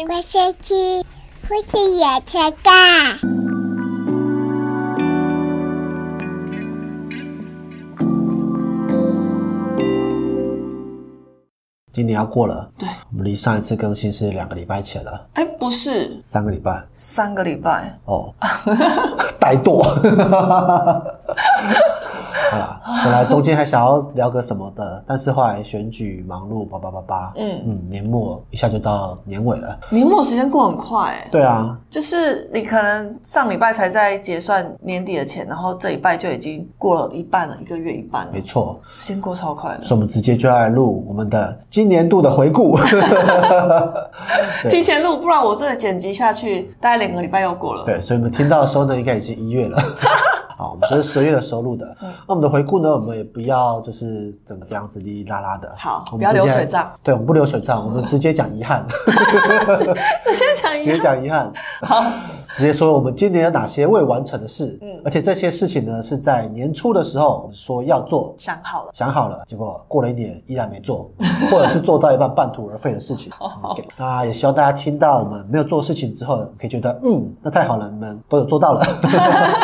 我先去，父亲也才干。今年要过了，对，我们离上一次更新是两个礼拜前了，哎，不是三个礼拜三个礼拜， 哦，怠惰。 好啦，本来中间还想要聊个什么的，但是后来选举忙碌，叭叭叭叭，嗯嗯，年末一下就到年尾了。年末时间过很快、哎，对啊，就是你可能上礼拜才在结算年底的钱，然后这礼拜就已经过了一半了，一个月一半了没，错，时间过超快的，所以我们直接就来录我们的今年度的回顾。对提前录，不然我这剪辑下去，大概两个礼拜又过 了。对，所以你们听到的时候呢，应该已经一月 了。好，我们这是十月的收录的。嗯那我们的回顾呢，我们也不要就是整个这样子哩哩啦啦的。好我们不要直接流水账。对，我们不流水账，我们直接讲遗 憾，直接讲直一接样，讲遗憾，好，嗯直接说我们今年有哪些未完成的事。而且这些事情呢，是在年初的时候我们说要做。想好了，想好了，结果过了一年依然没做， 或者是做到一半半途而废的事情。OK，那也希望大家听到我们没有做事情之后，可以觉得嗯，那太好了，你们都有做到了。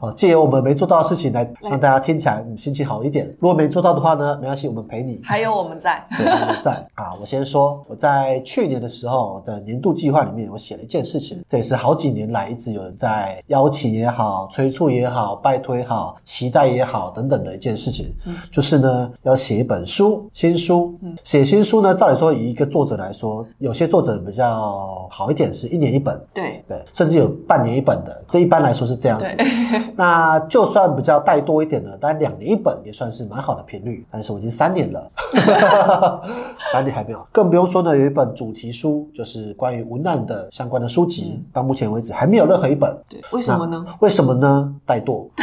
哦，借由我们没做到的事情来让大家听起来嗯心情好一点。如果没做到的话呢，没关系，我们陪你。还有我们在，对，我们在啊，我先说，我在去年的时候我的年度计划里面，我写了一件事情，这也是好几年来一直有人在邀请也好、催促也好、拜托也好、期待也好等等的一件事情，就是呢要写一本书，新书。写新书呢，照理说以一个作者来说，有些作者比较好一点，是一年一本。对对，甚至有半年一本的，这一般来说是这样子对。那就算比较带多一点的，但两年一本也算是蛮好的频率。但是我已经三年了， 三年还没有，更不用说呢，有一本主题书，就是关于文案的相关的书籍，到目前为止还没有任何一本。对，嗯 为什么呢？那？为什么呢？怠惰。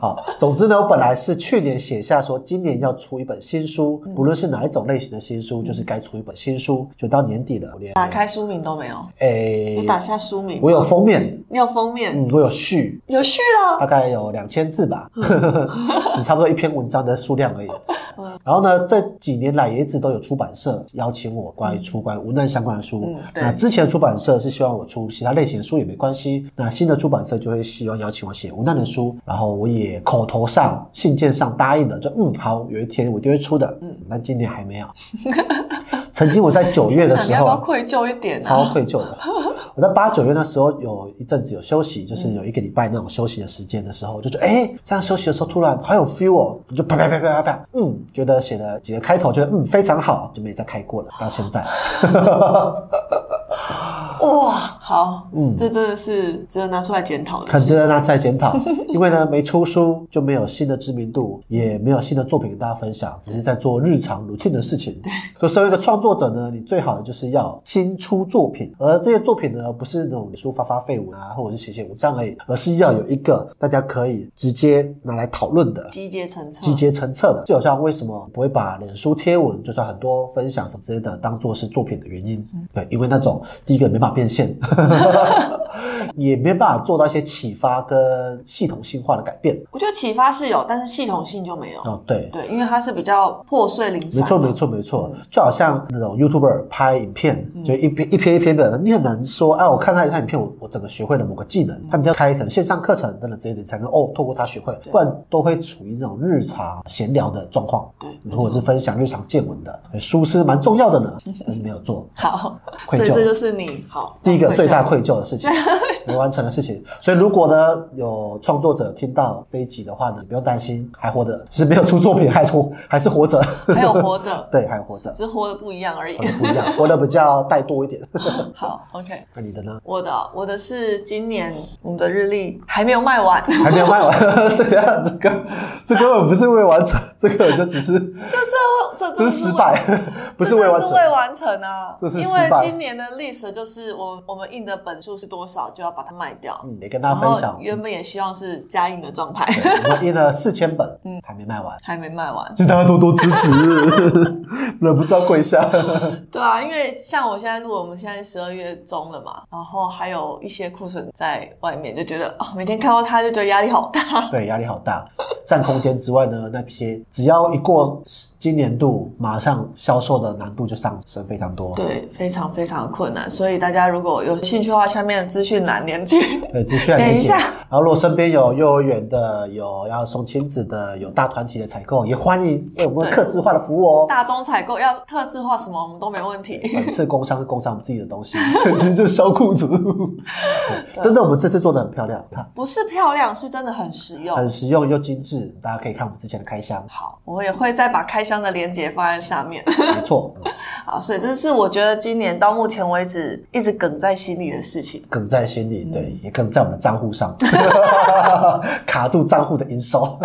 好，总之呢，我本来是去年写下说今年要出一本新书，嗯不论是哪一种类型的新书，就是该出一本新书，就到年底了。我连打开书名都没有，诶我，打下书名，我有，封面，你有封面，嗯，我有序，有序了，大概有两千字吧，嗯 只差不多一篇文章的数量而已。然后呢，这几年来也一直都有出版社邀请我关于出关于文案相关的书。嗯对那之前出版社是希望我出其他类型的书也没关系，那新的出版社就会希望邀请我写文案的书，然后我也口头上、信件上答应了，就嗯好，有一天我一定会出的。嗯，但今年还没有。曾经我在九月的 你时要候，啊不要愧疚一点超啊？愧疚 的。我在八九月那时候有一阵子有休息，就是有一个礼拜那种休息的时间的时候，我就觉得哎、诶这样休息的时候突然好有 feel 哦，我就啪啪啪啪啪啪，嗯，觉得写了几个开头，觉得嗯非常好，就没再开过了，到现在。哇，好，嗯，这真的是值得拿出来检讨的很事。值得拿出来检讨，因为呢，没出书就没有新的知名度，也没有新的作品跟大家分享，只是在做日常 routine 的事情。对，所以身为一个创作者呢，你最好的就是要新出作品，而这些作品呢，不是那种你说发发废文啊，或者是写写文章而已，而是要有一个大家可以直接拿来讨论的。集结成册，集结成册的，就好像为什么不会把脸书贴文，就算很多分享什么之类的，当做是作品的原因。对，因为那种第一个没办法变现，也没办法做到一些启发跟系统性化的改变。我觉得启发是有，但是系统性就没有。哦，对。对，因为它是比较破碎零散。没错，没。错，没错，就好像那种 YouTuber 拍影片，就一篇一篇一篇的，你很难说，啊，我看他一看影片，我我整个学会了某个技能，他们要开可能线上课程等等之类的，你才能哦，透过他学会，不然都会处于那种日常闲聊的状况。对，或者是分享日常见闻的，书是蛮重要的 呢，但是没有做。好， 愧疚所以这就是你好第一个最大愧疚愧疚的事 情，没完成的事情。所以如果呢有创作者听到这一集的话呢，不用担心，还活着，就是没有出作品，还活还是活着，，还有活着 对，还活着，只是活的不一样而已活。得不一 样，活得比较怠惰一点。好，OK，那你的呢？我的我的是今年我们的日历还没有卖完， 就还没有卖完， 对呀，这个这根本不是未完成，这个就只是这这这只是失， 败，不是未完成这真的是。未完成啊！这是因失败为今年的历史就是我们我们印的本数是多少，就要把它卖掉。嗯，也跟大然家分后享，哦原本也希望是加印的状态，我们印了四千本，嗯还没卖完。 还没卖完。请大家多多支 持，忍不住要跪下。对啊，因为像我现在录，我们现在十二月中了嘛，然后还有一些库存在外面，就觉得哦，每天看到它就觉得压力好大。对，压力好大。占空间之外呢，那些只要一过今年度入，马上销售的难度就上升非常多。对，非常非常困难。所以大家如果有兴趣的话，下面的资讯栏连接。对，资讯来等一理解。下然后，如果身边有幼儿园的，有要送亲子的，有大团体的采购，也欢迎为我们对客制化的服务 哦。呃大宗采购要特制化什么，我们都没问题。本次工商是工商我们自己的东西，其实就是销裤子。 对真的，我们这次做的很漂亮，它不是漂亮，是真的很实用。很实用又精致，大家可以看我们之前的开 箱，好，我也会再把开箱的链接放在下面。 没错，嗯好，所以这是我觉得今年到目前为止一直梗在心里的事情。梗在心嗯里，对，也梗在我们的账户上， 卡住账户的营 收，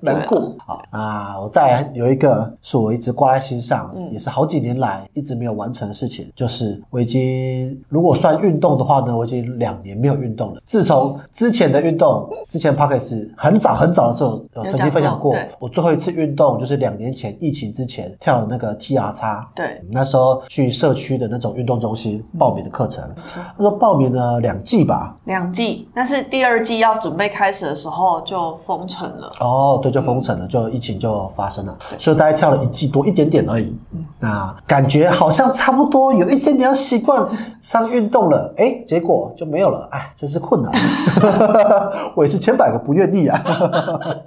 难过。好啊，我再来有一个是我一直挂在心上，嗯也是好几年来一直没有完成的事情，就是我已经如果算运动的话呢，我已经两年没有运动了。自从之前的运动，之前 Pockets 很早很早的时候，呃有曾经分享讲过过对，我最后一次运动就是两年前疫情之前跳的那个 T R 叉，对，那时候去社区的那种运动中心报名的课程，他说报名了两季吧。两季，但是第二季要准备开始的时候就封城了。哦，对，就封城了，就疫情就发生了，所以大概跳了一季多一点点而已。那感觉好像差不多有一点点要习惯上运动了，哎，结果就没有了，哎，真是困难。啊 我也是千百个不愿意啊。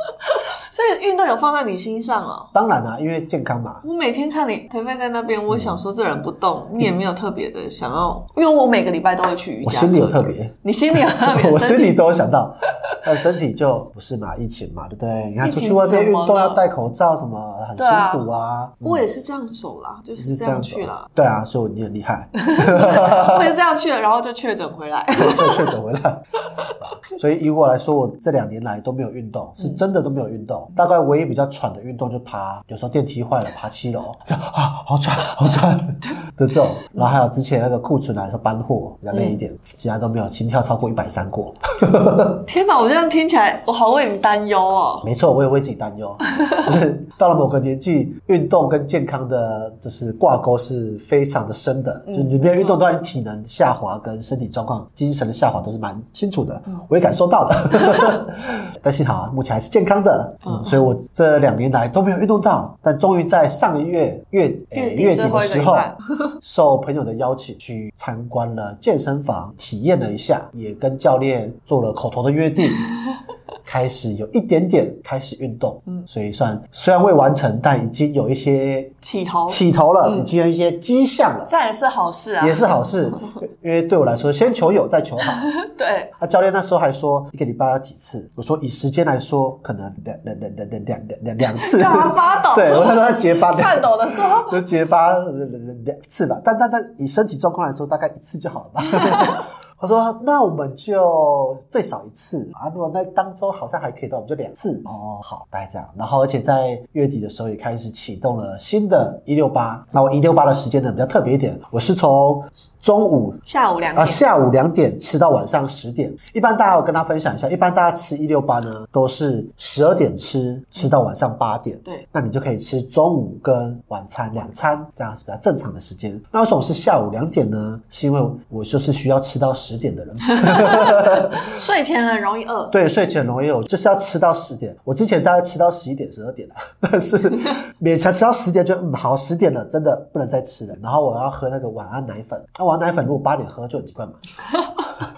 所以运动有放在你心上哦。当然啦、因为健康嘛，我每天看你颓废在那嗯边，我想说这人不动，你也没有特别的想要，因为我每个礼拜都会去瑜我伽。心里有特，别。你心里有特 别，我身心体里都有想到，但身体就不是嘛，疫情嘛，对不对？你看疫出情去外面运怎动么了要戴口罩，什么很辛对啊苦啊，我也是这样走啦，就是这样去啦，走。对啊，所以你很厉害， 我也是这样去了，然后就确诊回来。就确诊回来。所以以我来说，我这两年来都没有运动，嗯是真的都没有运动。大概唯一比较喘的运动就爬，有时候电梯坏了爬七楼，就啊好喘好 喘的这种。嗯然后还有之前那个库存来说搬货比较累一点，其他都没有心跳超过一百三过。天哪，我这样听起来，我好为你担忧哦。没错，我也为自己担忧，就是到了某个年纪，运动跟健康的就是挂钩是非常的深的，就你没有运动的话，你体能下滑跟身体状况、精神的下滑都是蛮清楚的，我也感受到的。但幸好啊目前还是健康的，嗯所以我这两年来都没有运动到，但终于在上个月月诶月底月底最后的一个时礼候拜， 受朋友的邀请去参观了健身房，体验了一下，也跟教练做了口头的约 定，开始有一点点开始运动，嗯，所以算虽然未完成，但已经有一些起头，起头了，嗯已经有一些迹象了，这样也是好事啊。也是好事，因为对我来说，先求有再求好。 对，啊，教练那时候还说一个礼拜要几次，我说以时间来说，可能两两两两两两两两两次，干嘛啊发 抖？对我那时候在结巴，颤抖的说， 就结巴呃两次吧，但但但以身体状况来说，大概一次就好了吧。 他说：“那我们就最少一次啊，如果那当周好像还可以的话，我们就两次哦。好，大概这样。然后，而且在月底的时候也开始启动了新的一六八。那我一六八的时间呢比较特别一点，我是从中午下午两啊，点。下午两点吃到晚上十点。一般大家我跟他分享一下，一般大家吃一六八呢，都是十二点吃，吃到晚上八点。对，那你就可以吃中午跟晚餐两餐，这样是比较正常的时间。那为什么是下午两点呢？是因为我就是需要吃到十点的人。睡前很容易饿。对，睡前容易有，就是要吃到十点。我之前大概吃到十一点、十二点了，啊但是勉强吃到十点就嗯好，十点了，真的不能再吃了。然后我要喝那个晚安奶粉，那、晚安奶粉如果八点喝就很奇怪嘛，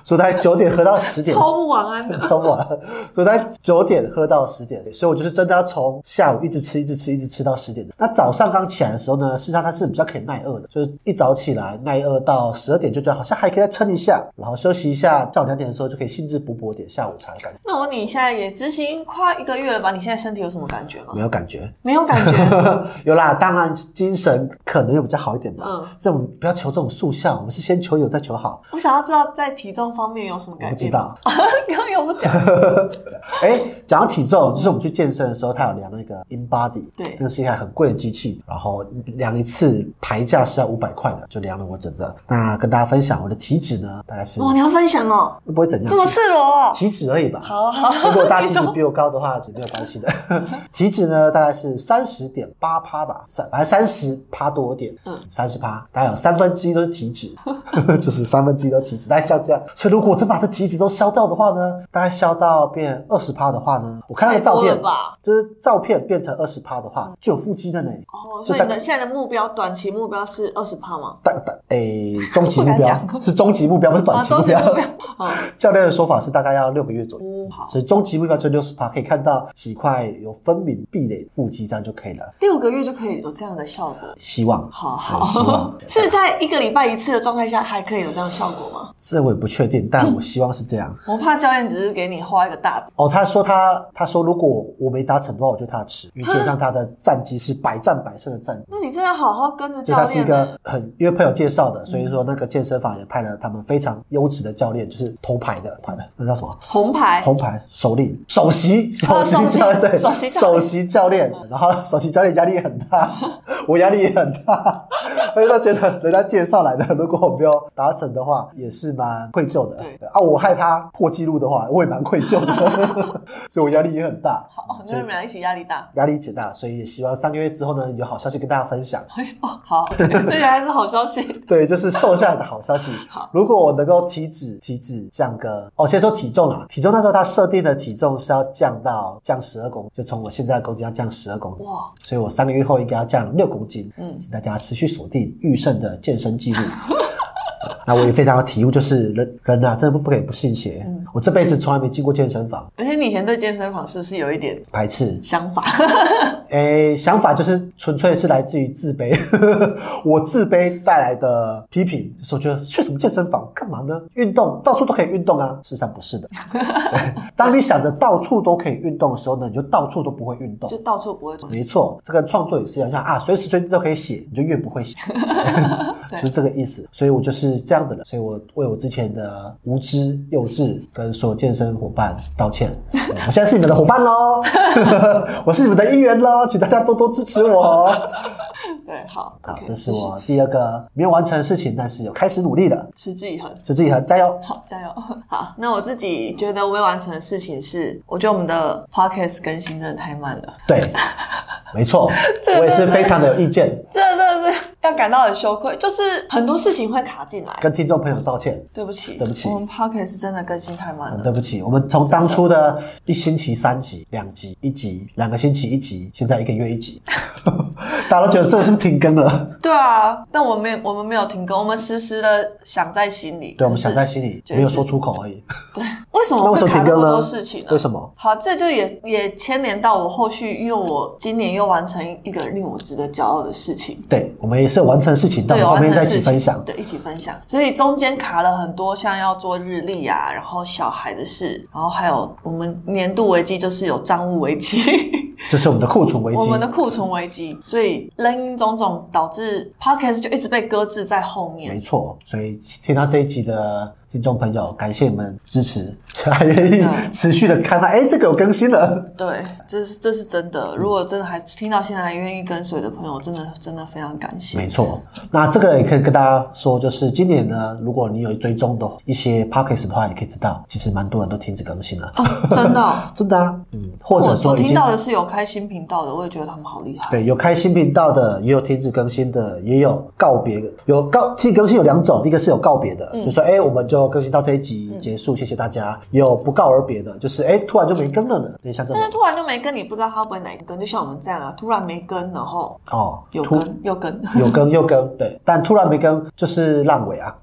所以大概九点喝到十点。超不啊晚安的，超晚，所以大概九点喝到十点，所以我就是真的要从下午一直吃，一直吃，一直吃到十点。那早上刚起来的时候呢，事实上它是比较可以耐饿的，就是一早起来耐饿到十二点就觉得好像还可以再撑一下，然后休息一下，下午两点的时候就可以兴致勃勃点下午茶的感觉。那我问你现在也执行快一个月了吧？你现在身体有什么感觉吗？没有感觉， 没有感觉，有啦，当然精神可能有比较好一点吧。嗯这种不要求这种速效，我们是先求有再求好。我想要知道在体重方面有什么我改不知变。道， 刚刚有不讲，哎、讲到体重，就是我们去健身的时候，他有量那个 InBody，对那是一台很贵的机器，然后量一次牌价是要五百块的，就量了我整个。那跟大家分享我的体脂呢，大概是哇，你要分享哦，不会怎样，这么赤裸哦。体脂而已吧。好好，如果大家 你体脂说比我高的话，就没有关系的。 体脂呢，大概是三十点八趴吧，三反正三十趴多一 嗯点，三十趴，大概有三分之一都是体脂，就是三分之一都是体脂，大概像这样，所以所以如果真把这几子都消掉的话呢，大概消到变二十趴的话呢，我看那个照太片多了吧，嗯就是照片变成二十趴的话，就有腹肌的呢。哦，就所以大你概的现在的目标，短期目标是二十趴吗？大大诶，终极目不标敢讲是终极目标，不是短啊，期终目极标。目标。好， 教练的说法是大概要六个月左右。嗯，好，所以终极目标就六十趴，可以看到几块有分明壁垒腹肌，这样就可以了。六个月就可以有这样的效果。希望，好对希望好，是在一个礼拜一次的状态下还可以有这样的效果吗？这我也不确定，但我希望是这样。我怕教练只是给你画一个大饼，哦，他说他他说如果我没达成的话，我就他的吃，因为基本上他的战绩是百战百胜的战绩。那你真的好好跟着所以教他是一练个呢。很，因为朋友介绍的，所以说那个健身房也派了他们非常优质的教练，就是头牌的，牌的那叫什么？红牌，红牌首领、首席、首哦席教练，对，首席教练哦首席教练。然后首席教练压力也很 大，我压力也很大，因为他觉得人家介绍来的，如果我没有达成的话，也是蛮愧疚的。对啊，我害他破纪录的话，我也蛮愧 疚的，所以我压力也很大。哦，那嗯所以你们俩一起压力大。 压力挺大，所以也希望三个月之后呢，有好消息跟大家分享。哎哦，好，这些还是好消息。 对，就是瘦下来的好消息。好如果我能够体脂体脂降个哦，先说体重啦，体重那时候他设定的体重是要降到降十二公斤，就从我现在的公斤要降十二公斤。哇，所以我三个月后应该要降六公斤。嗯嗯，请大家持续锁定玉胜的健身记录。 那我也非常有体悟，就是人人啊，真的不不可以不信邪。嗯我这辈子从来没进过健身房，而且你以前对健身房是不是有一点排斥。想法？ 诶，想法就是纯粹是来自于自卑， 我自卑带来的批评，就是我觉得去什么健身房干嘛呢？运动到处都可以运动啊，事实上不是的。 对当你想着到处都可以运动的时候呢，你就到处都不会运动 就。到处不会做。没错，这个创作也是一样，像啊，随时随地都可以写，你就越不会 写， 就是这个意思。所以我就是这样的人，所以我为我之前的无知、幼稚跟所有健身伙伴道歉。嗯我现在是你们的伙伴喽， 我是你们的一员喽，请大家多多支持我哦。对，好，好 OK，，这是继续我第二个没有完成的事情，但是有开始努力的，持之以恒。就自己很加油。好，加油！好，那我自己觉得未完成的事情是，我觉得我们的 podcast 更新真的太慢了，对，没错， 这个我也是真的非常的有意见，这真的是要感到很羞愧，就是很多事情会卡进来。跟听众朋友道歉。对不起，对不起我们 podcast 真的更新太慢很了。对不起，我们从当初的一星期三集、两集、一集、两个星期一集，现在一个月一 集，大家都觉得这是不是停更了？对啊，但我们没有，我们没有停更，我们时时的想在心里。对，我们可想是在心里，就是没有说出口而已。为什 那么为什会么停卡那更么呢多事情呢？？啊为什么？好，这就也也牵连到我后续，因为我今年又完成一个令我值得骄傲的事情。对，我们也是有完成事情，但我对，们后完面成再一事起情分享。对，一起分享。所以中间卡了很多，像要做日历啊，然后小孩的事，然后还有我们年度危机就是有账务危机，这是我们的库存危 我机们，的库存危机，所以零零总总导致 podcast 就一直被搁置在后没面。错。所以听到这一集的听众朋友，感谢你们支持， 还愿意嗯持续的看到，哎，这个有更新了。对，这是这是真的。如果真的还听到现在还愿意跟随的朋友，真的真的非常感谢没。错，那这个也可以跟大家说，就是今年呢，如果你有追踪的一些 p o c k e t 的话，也可以知道，其实蛮多人都停止更新了，哦，真的哦、真的啊，嗯，或者我我说已听经到的是有开新频道的，我也觉得他们好厉害。对有开新频道的，也有停止更新的，也有告别的，有告其实更新有两种，一个是有告别的，嗯就说哎、我们就更新到这一集结束，谢谢大家；也有不告而别的，就是哎、突然就没更了呢，对，像这种但是突然就没跟，你不知道他会不会哪一根，就像我们这样啊，突然没跟，然后哦，有突跟又跟，有更又更，对，但突然没更就是烂尾 啊，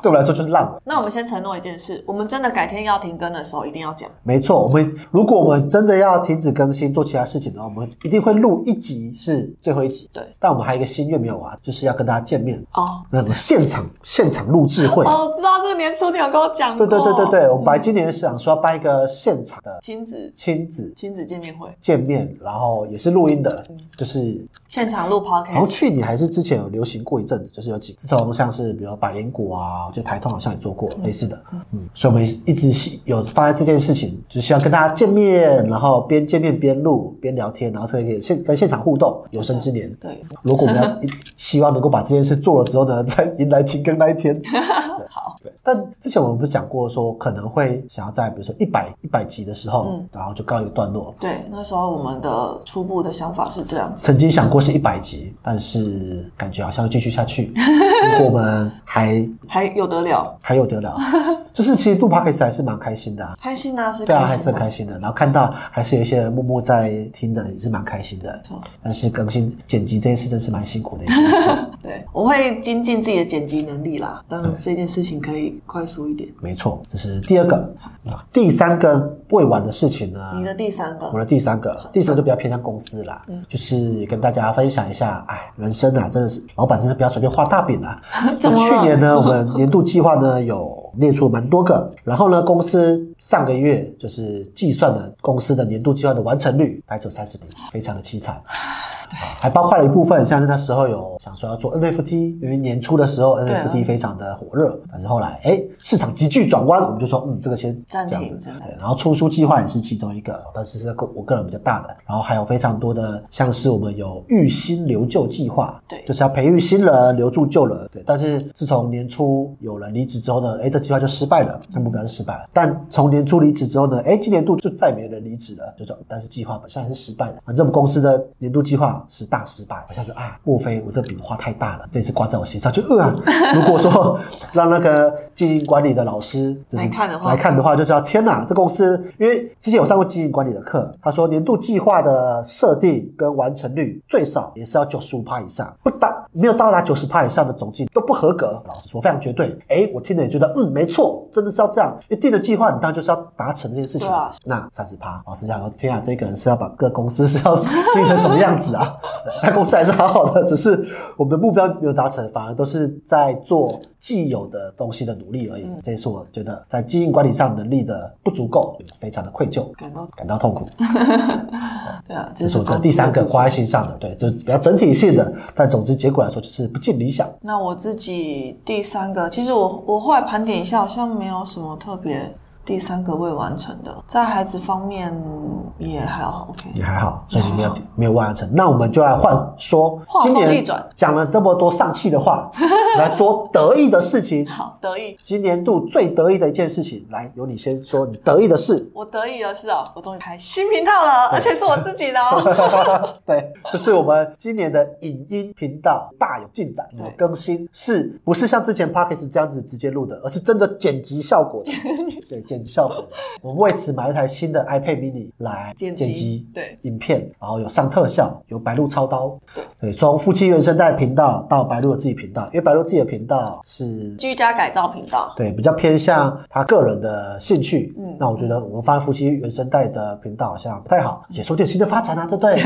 对我来说就是烂尾。那我们先承诺一件事，我们真的改天要停更的时候一定要讲。没错，我们如果我们真的要停止更新做其他事情的话，我们一定会录一集是最后一集。对但我们还有一个心愿没有完，就是要跟大家见面，哦那种现场现场录制会。哦，知道这个年初你有跟我讲对过，对对对，对，我们本来今年是想说要办一个现场的亲子亲子亲子见面会，见面，然后也是录音的，嗯就是现场录好像 podcast，去年还是之前有流行过一阵子，就是有几，自从像是比如百灵果啊，就台通好像也做过类似的，嗯，所以我们一直希有发现这件事情，就是希望跟大家见面，然后边见面边录边聊天，然后才可以现跟现场互动，有生之年。对， 如果我们要希望能够把这件事做了之后呢，再迎来停更那一天，好，对，但之前我们不是讲过说可能会想要在比如说一百一百集的时候，嗯然后就告一个段落。对，那时候我们的初步的想法是这样子。曾经想过是一百集，但是感觉好像要继续下去。 如果我们还还有得了，还有得了，就是其实录 podcast 还是蛮开心的、啊。 开心啊，是对啊，还开是很心的、开心的。然后看到还是有一些人默默在听的，也是蛮开心的错。但是更新剪辑这件事真是蛮辛苦的一件 事。对，我会精进自己的剪辑能力啦，当然这件事情可以快速一点。没错，这是第二个。啊第三个未完的事情呢？你的第三个嗯我，的第三个，第三个就比较偏向公司啦，就是跟大家分享一下，哎，人生啊，真的是老板真的不要随便画大饼啊。 怎么了去年呢，我们年度计划呢有列出蛮多个，然后呢，公司上个月就是计算了公司的年度计划的完成率，大概只有三十非常的凄惨。啊还包括了一部分，像是那时候有想说要做 NFT，因为年初的时候对啊 NFT 非常的火热，但是后来哎市场急剧转弯，我们就说嗯这个先暂这停样子，暂停对然后出书计划也是其中一个，但是是个我个人比较大的，然后还有非常多的，像是我们有育新留旧计划，对就是要培育新人，留住旧人，对。但是自从年初有人离职之后呢，哎，这计划就失败了，这目标就失败了。但从年初离职之后呢，哎，今年度就再也没有人离职了，就说，但是计划本身还是失败的。反正我们公司的年度计划是大失败，我想说啊，莫非我这笔画太大了，这次挂在我心上就呃、啊，如果说 让那个经营管理的老师就是来看的话来看的话，就知道天哪，这公司因为之前有上过经营管理的课，他说年度计划的设定跟完成率最少也是要九十五趴以上，不达没有到达九十趴以上的总计都不合格。老实说，非常绝对。哎，我听了也觉得，嗯，没错，真的是要这样。因为定的计划，你当然就是要达成这件事情。对啊那三十趴，老实讲，天啊，这个人是要把各公司是要 经营成什么样子啊？ 但公司还是好好的，只是我们的目标没有达成，反而都是在做既有的东西的努力而已。嗯这也是我觉得在经营管理上能力的不足够，非常的愧疚，感到感到 痛苦。对啊，这这是是我公的司第三个部分挂在心上的，对，就是比较整体性的，但总之结果来说就是不尽理想。那我自己第三个，其实我我后来盘点一下，好像没有什么特别第三个未完成的，在孩子方面也还好 OK。也还好，所以你没有没有完成。那我们就来换说话，锋今利年转讲了这么多丧气的 话，来说得意的事情。 好得意，今年度最得意的一件事情，来，由你先说你得意的事。我得意的是哦，我终于开新频道了，而且是我自己的哦。 对，就是我们今年的影音频道大有进展，有对更新，是不是像之前 p o c k e t 这样子直接录的，而是真的剪辑效果的，对， 剪辑效果的。我们为此买了一台新的 iPad mini 来剪辑对影片，然后有上特效，有白鹿操刀，对，从夫妻原声带频道到白鹿的自己频道，因为白鹿自己的频道是居家改造频道，对，比较偏向他个人的兴趣。嗯，那我觉得我们发现夫妻原生代的频道好像不太好，也说不定有新的发展啊，对不 对？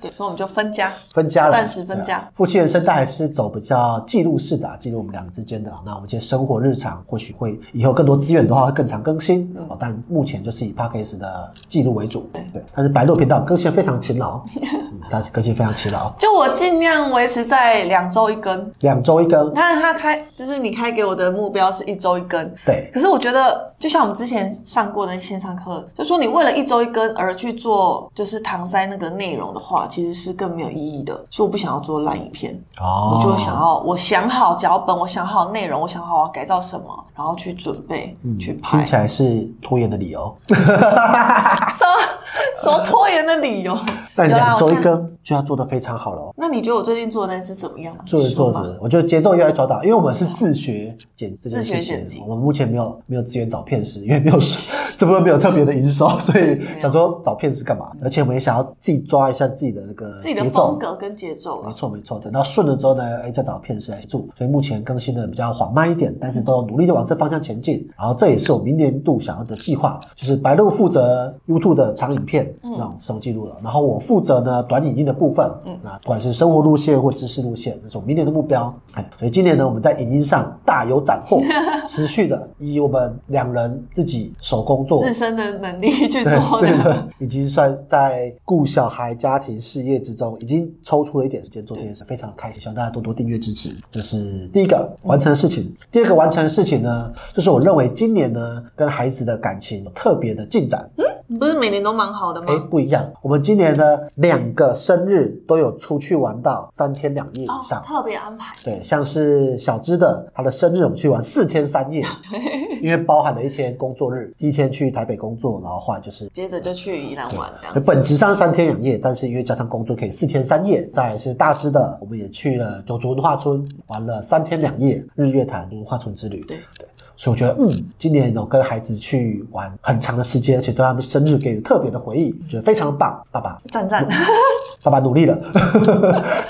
对，所以我们就分家，分家了，暂时分家对啊。夫妻原生代还是走比较记录式的、啊，记录我们两个之间的啊、那我们这些生活日常，或许会以后更多资源的话会更常更新。嗯哦，但目前就是以 p a c k a g e 的记录为主。对，但是白鹿频道更新得非常勤 劳，嗯它更新得非常勤劳，就我尽量维持在两周一根。两周一更你。看他开，就是你开给我的目标是一周一根，对，可是我觉得，就像我们之前上过的线上课，就说你为了一周一根而去做就是搪塞那个内容的话，其实是更没有意义的。所以我不想要做烂影片，哦我就想要我想好脚本，我想好内容，我想好我要改造什么，然后去准备、去嗯拍啊听。起来是拖延的理由。什么 什么拖延的理由？那你有啦两周一。啊我看更就要做得非常好了哦。那你觉得我最近做的那支怎么样？啊做着做你说嘛着，我觉得节奏越来越抓到，因为我们是自学剪这件自学事剪辑情，我们目前没有没有资源找片师，因为没有 这部分没有特别的营收，所以想说找片师干嘛？而且我们也想要自己抓一下自己的那个嗯自己的节奏风，格跟节奏没啊，错没错。等到顺了之后呢，哎，再找片师来做。所以目前更新的比较缓慢一点，但是都有努力的往这方向前进。然后这也是我明年度想要的计划，就是白鹿负责 YouTube 的长影片那种生活记录了，然后我负责呢短影音的部分，嗯，那不管是生活路线或知识路线，这是我明年的目标。哎，所以今年呢，我们在影音上大有斩获，持续的以我们两人自己手工作自身的能力去 做对的。对的，已经算在顾小孩、家庭、事业之中，已经抽出了一点时间做这件事，非常开心，希望大家多多订阅支持。这是第一个完成的事情。第二个完成的事情呢，就是我认为今年呢跟孩子的感情有特别的进展。你不是每年都蛮好的哎，吗？不一样，我们今年呢两个生日都有出去玩哦到三天两夜以上。特别安排。对，像是小芝的，她的生日我们去玩四天三 夜，因为包含了一天工作日，第一天去台北工作，然后后来就是接着就去宜兰玩，这样呃本质上三天两夜，但是因为加上工作可以四天三夜。再来是大只的，我们也去了九族文化村，玩了三天两夜日月潭文化村之旅。对对，所以我觉得，嗯，今年有跟孩子去玩很长的时间，而且对他们生日给予特别的回忆，觉得非常棒。爸爸，赞赞。爸爸努力了，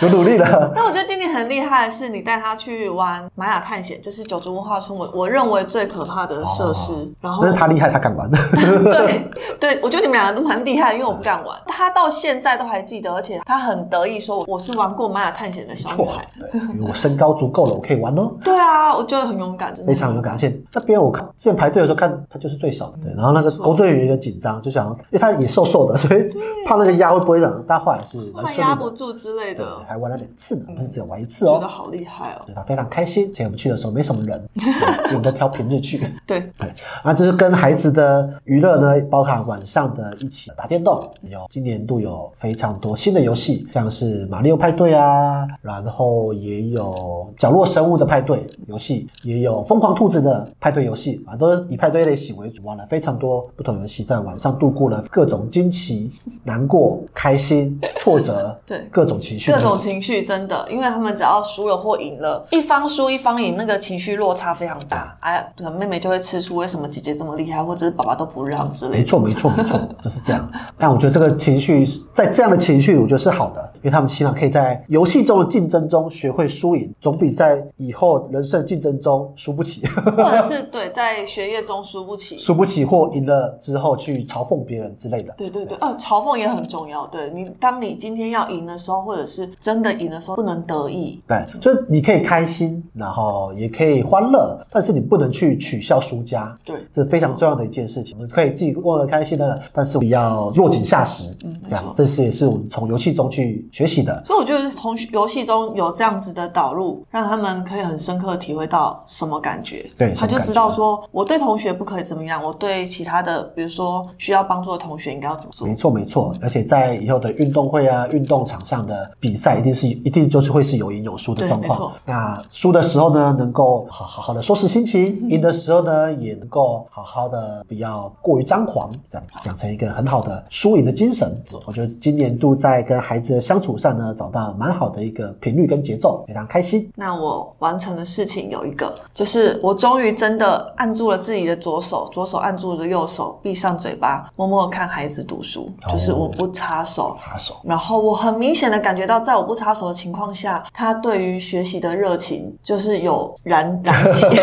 有努力了。 但我觉得今年很厉害的是，你带他去玩玛雅探险，就是九族文化村，我我认为最可怕的设施。然后但是他厉害，他敢玩。对 对，我觉得你们两个都蛮厉害的，因为我不敢玩。他到现在都还记得，而且他很得意说我是玩过玛雅探险的小女错孩。， 对，因为我身高足够了，我可以玩哦。对啊，我觉得很勇敢，真的非常有感，而且那边我看之前排队的时候看他就是最小的，对，然后那个嗯没错工作人员有点紧张，就想要，因为他也瘦瘦的，所以怕那个压会不会让，但后来是他蛮们顺压利不的，住之对类的，嗯还玩了两次呢，不是只有玩一次觉得哦。好厉害哦。对他非常开心，而且我们去的时候没什么人，对因为我们都挑平日去。对，对，啊，这是跟孩子的娱乐呢，包含晚上的一起打电动，有今年度有非常多新的游戏，像是马里奥派对啊，然后也有角落生物的派对游戏，也有疯狂兔子的派对游戏，啊，都是以派对类型为主，玩了非常多不同游戏，在晚上度过了各种惊奇、难过、开心、挫折，对各种情绪，各种情绪真的，因为他们只要输了或赢了，一方输一方赢，那个情绪落差非常大。哎，可能妹妹就会吃出为什么姐姐这么厉害，或者是爸爸都不让之类没的。错，没错，没错，就是这样。但我觉得这个情绪，在这样的情绪，我觉得是好的，因为他们起码可以在游戏中的竞争中学会输赢，总比在以后人生的竞争中输不起、 或者是对，在学业中输不起。输不起或赢了之后去嘲讽别人之类的。对对对，哦，嘲讽也很重要。对你，当你今天要赢的时候，或者是真的赢的时候，不能得意。对，就是你可以开心，然后也可以欢乐，但是你不能去取笑输家。对这非常重要的一件事情。我们可以自己过得开心的，但是不要落井下石。嗯，这样，这是也是我们从游戏中去学习的。所以我觉得从游戏中有这样子的导入，让他们可以很深刻地体会到什么感觉。对他什么就感知道觉说我对同学不可以怎么样，我对其他的，比如说需要帮助的同学应该要怎么做没。错，没错，而且在以后的运动会啊、运动场上的比赛，一定是一定就是会是有赢有输的对状没况错。那输的时候呢，能够好好好的收拾心情；赢的时候呢，也能够好好的不要过于张狂，这样养成一个很好的输赢的精神。我觉得今年度在跟孩子的相处上呢，找到蛮好的一个频率跟节奏，非常开心。那我完成的事情有一个，就是我终于真的按住了自己的左手，左手按住了右手，闭上嘴巴，默默看孩子读书，就是我不插手。插手。然后我很明显的感觉到，在我不插手的情况下，他对于学习的热情就是有燃长起。就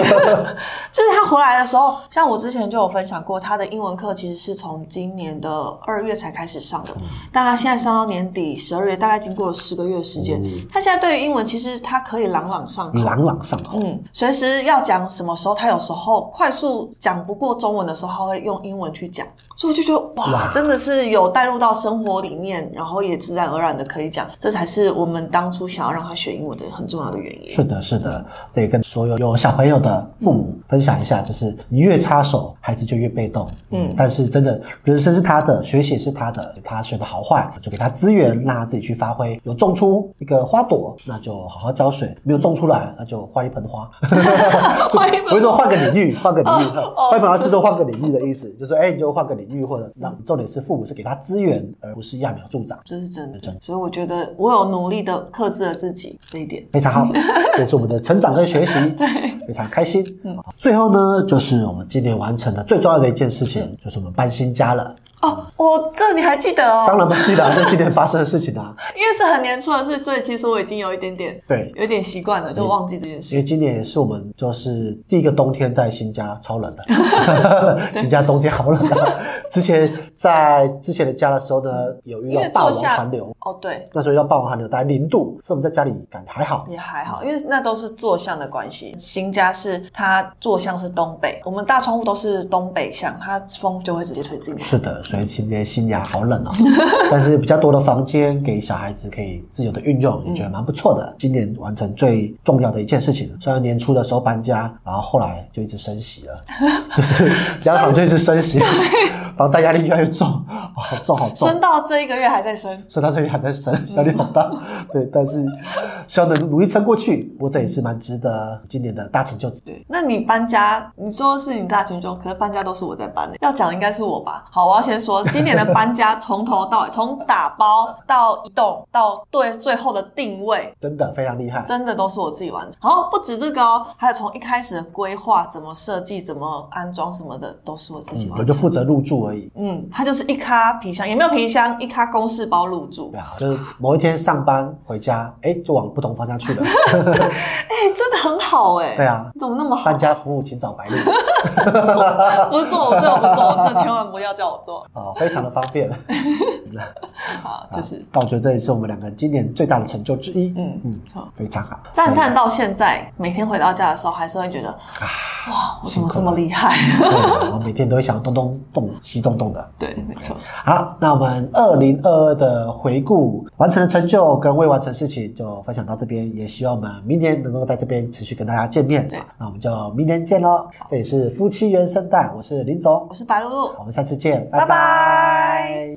是他回来的时候，像我之前就有分享过，他的英文课其实是从今年的二月才开始上的，但他现在上到年底十二月，大概经过了十个月的时间，他现在对于英文其实他可以朗朗上口。朗朗上口，嗯，随时要讲什么时候，他有时候快速讲不过中文的时候，他会用英文去讲，所以我就觉得哇，哇真的是有带入到生活里面，然后也自然而然的可以讲，这才是我们当初想要让他学英文的很重要的原因。是的，是的，得跟所有有小朋友的父母分享一下，就是你越插手，孩子就越被动。嗯，但是真的，人生是他的，学习也是他的，他学的好坏就给他资源，让他自己去发挥。有种出一个花朵，那就好好浇水；没有种出来，那就换一盆花。 欢迎 我就说换个领域，换个领域，哦哦换本要是说换个领域的意思，就是哎、你就换个领域，或者让重点是父母是给他资源，而不是揠苗助长。这是真的，所以我觉得我有努力的克制了自己这一点。非常 好，这是我们的成长跟学习，非常开心。嗯好最后呢，就是我们今年完成的最重要的一件事嗯情，就是我们搬新家了。哦，我这你还记得当哦？然不记得啊这是今年发生的事情 啊，因为是很年初的事，所以其实我已经有一点点对有一点习惯了，就忘记这件因事。为今年也是我们就是第一个冬天在新家，超冷的。 新家冬天好冷啊！之前在之前的家的时候呢，有遇因到为霸坐王下寒流，哦，对，那时候要傍晚寒流大概零度，所以我们在家里感觉还好。也还好，因为那都是坐向的关系。新家是它坐向是东北，我们大窗户都是东北向，它风就会直接吹进来。是的，所以今天新雅好冷哦， 但是比较多的房间给小孩子可以自由的运用，也觉得蛮不错的。今年完成最重要的一件事情，虽然年初的时候搬家，然后后来就一直升息了， 就是央行就一直升息，房贷压力越来越重，哦好重好重。 升到这一个月还在升，所以他这里还在升，压力好大。对，但是希望能努力撑过去。不过这也是蛮值得今年的大成就。对。那你搬家，你说是你大群众，可是搬家都是我在搬的，要讲应该是我吧？好，我要先说今年的搬家从头到尾， 从打包到移动到对最后的定位，真的非常厉害。真的都是我自己完成。然后不止这个哦，还有从一开始的规划、怎么设计、怎么安装什么的，都是我自己嗯完我成。就负责入住而已。嗯，它就是一咖皮箱，也没有皮箱，一咖公事包入住对。啊，就是某一天上班回家，哎，就往不同方向去了。 哎、真的很好哎、对啊，怎么那么好搬？家服务请找白鹿不做，我这我不做，这千万不要叫我做。啊，非常的方便。好， 就是啊，但我觉得这也是我们两个今年最大的成就之一。嗯嗯好，非常好，赞叹到现在，每天回到家的时候，还是会觉得，啊哇，我怎么这么厉害？ 对啊。我每天都会想东东动西动动的。对，没错，好，那我们二零二二的回顾完成的成就跟未完成事情就分享到这边，也希望我们明年能够在这边持续跟大家见面对。那我们就明年见喽！这里是夫妻原声带，我是林总我，是白露露。我们下次见，拜拜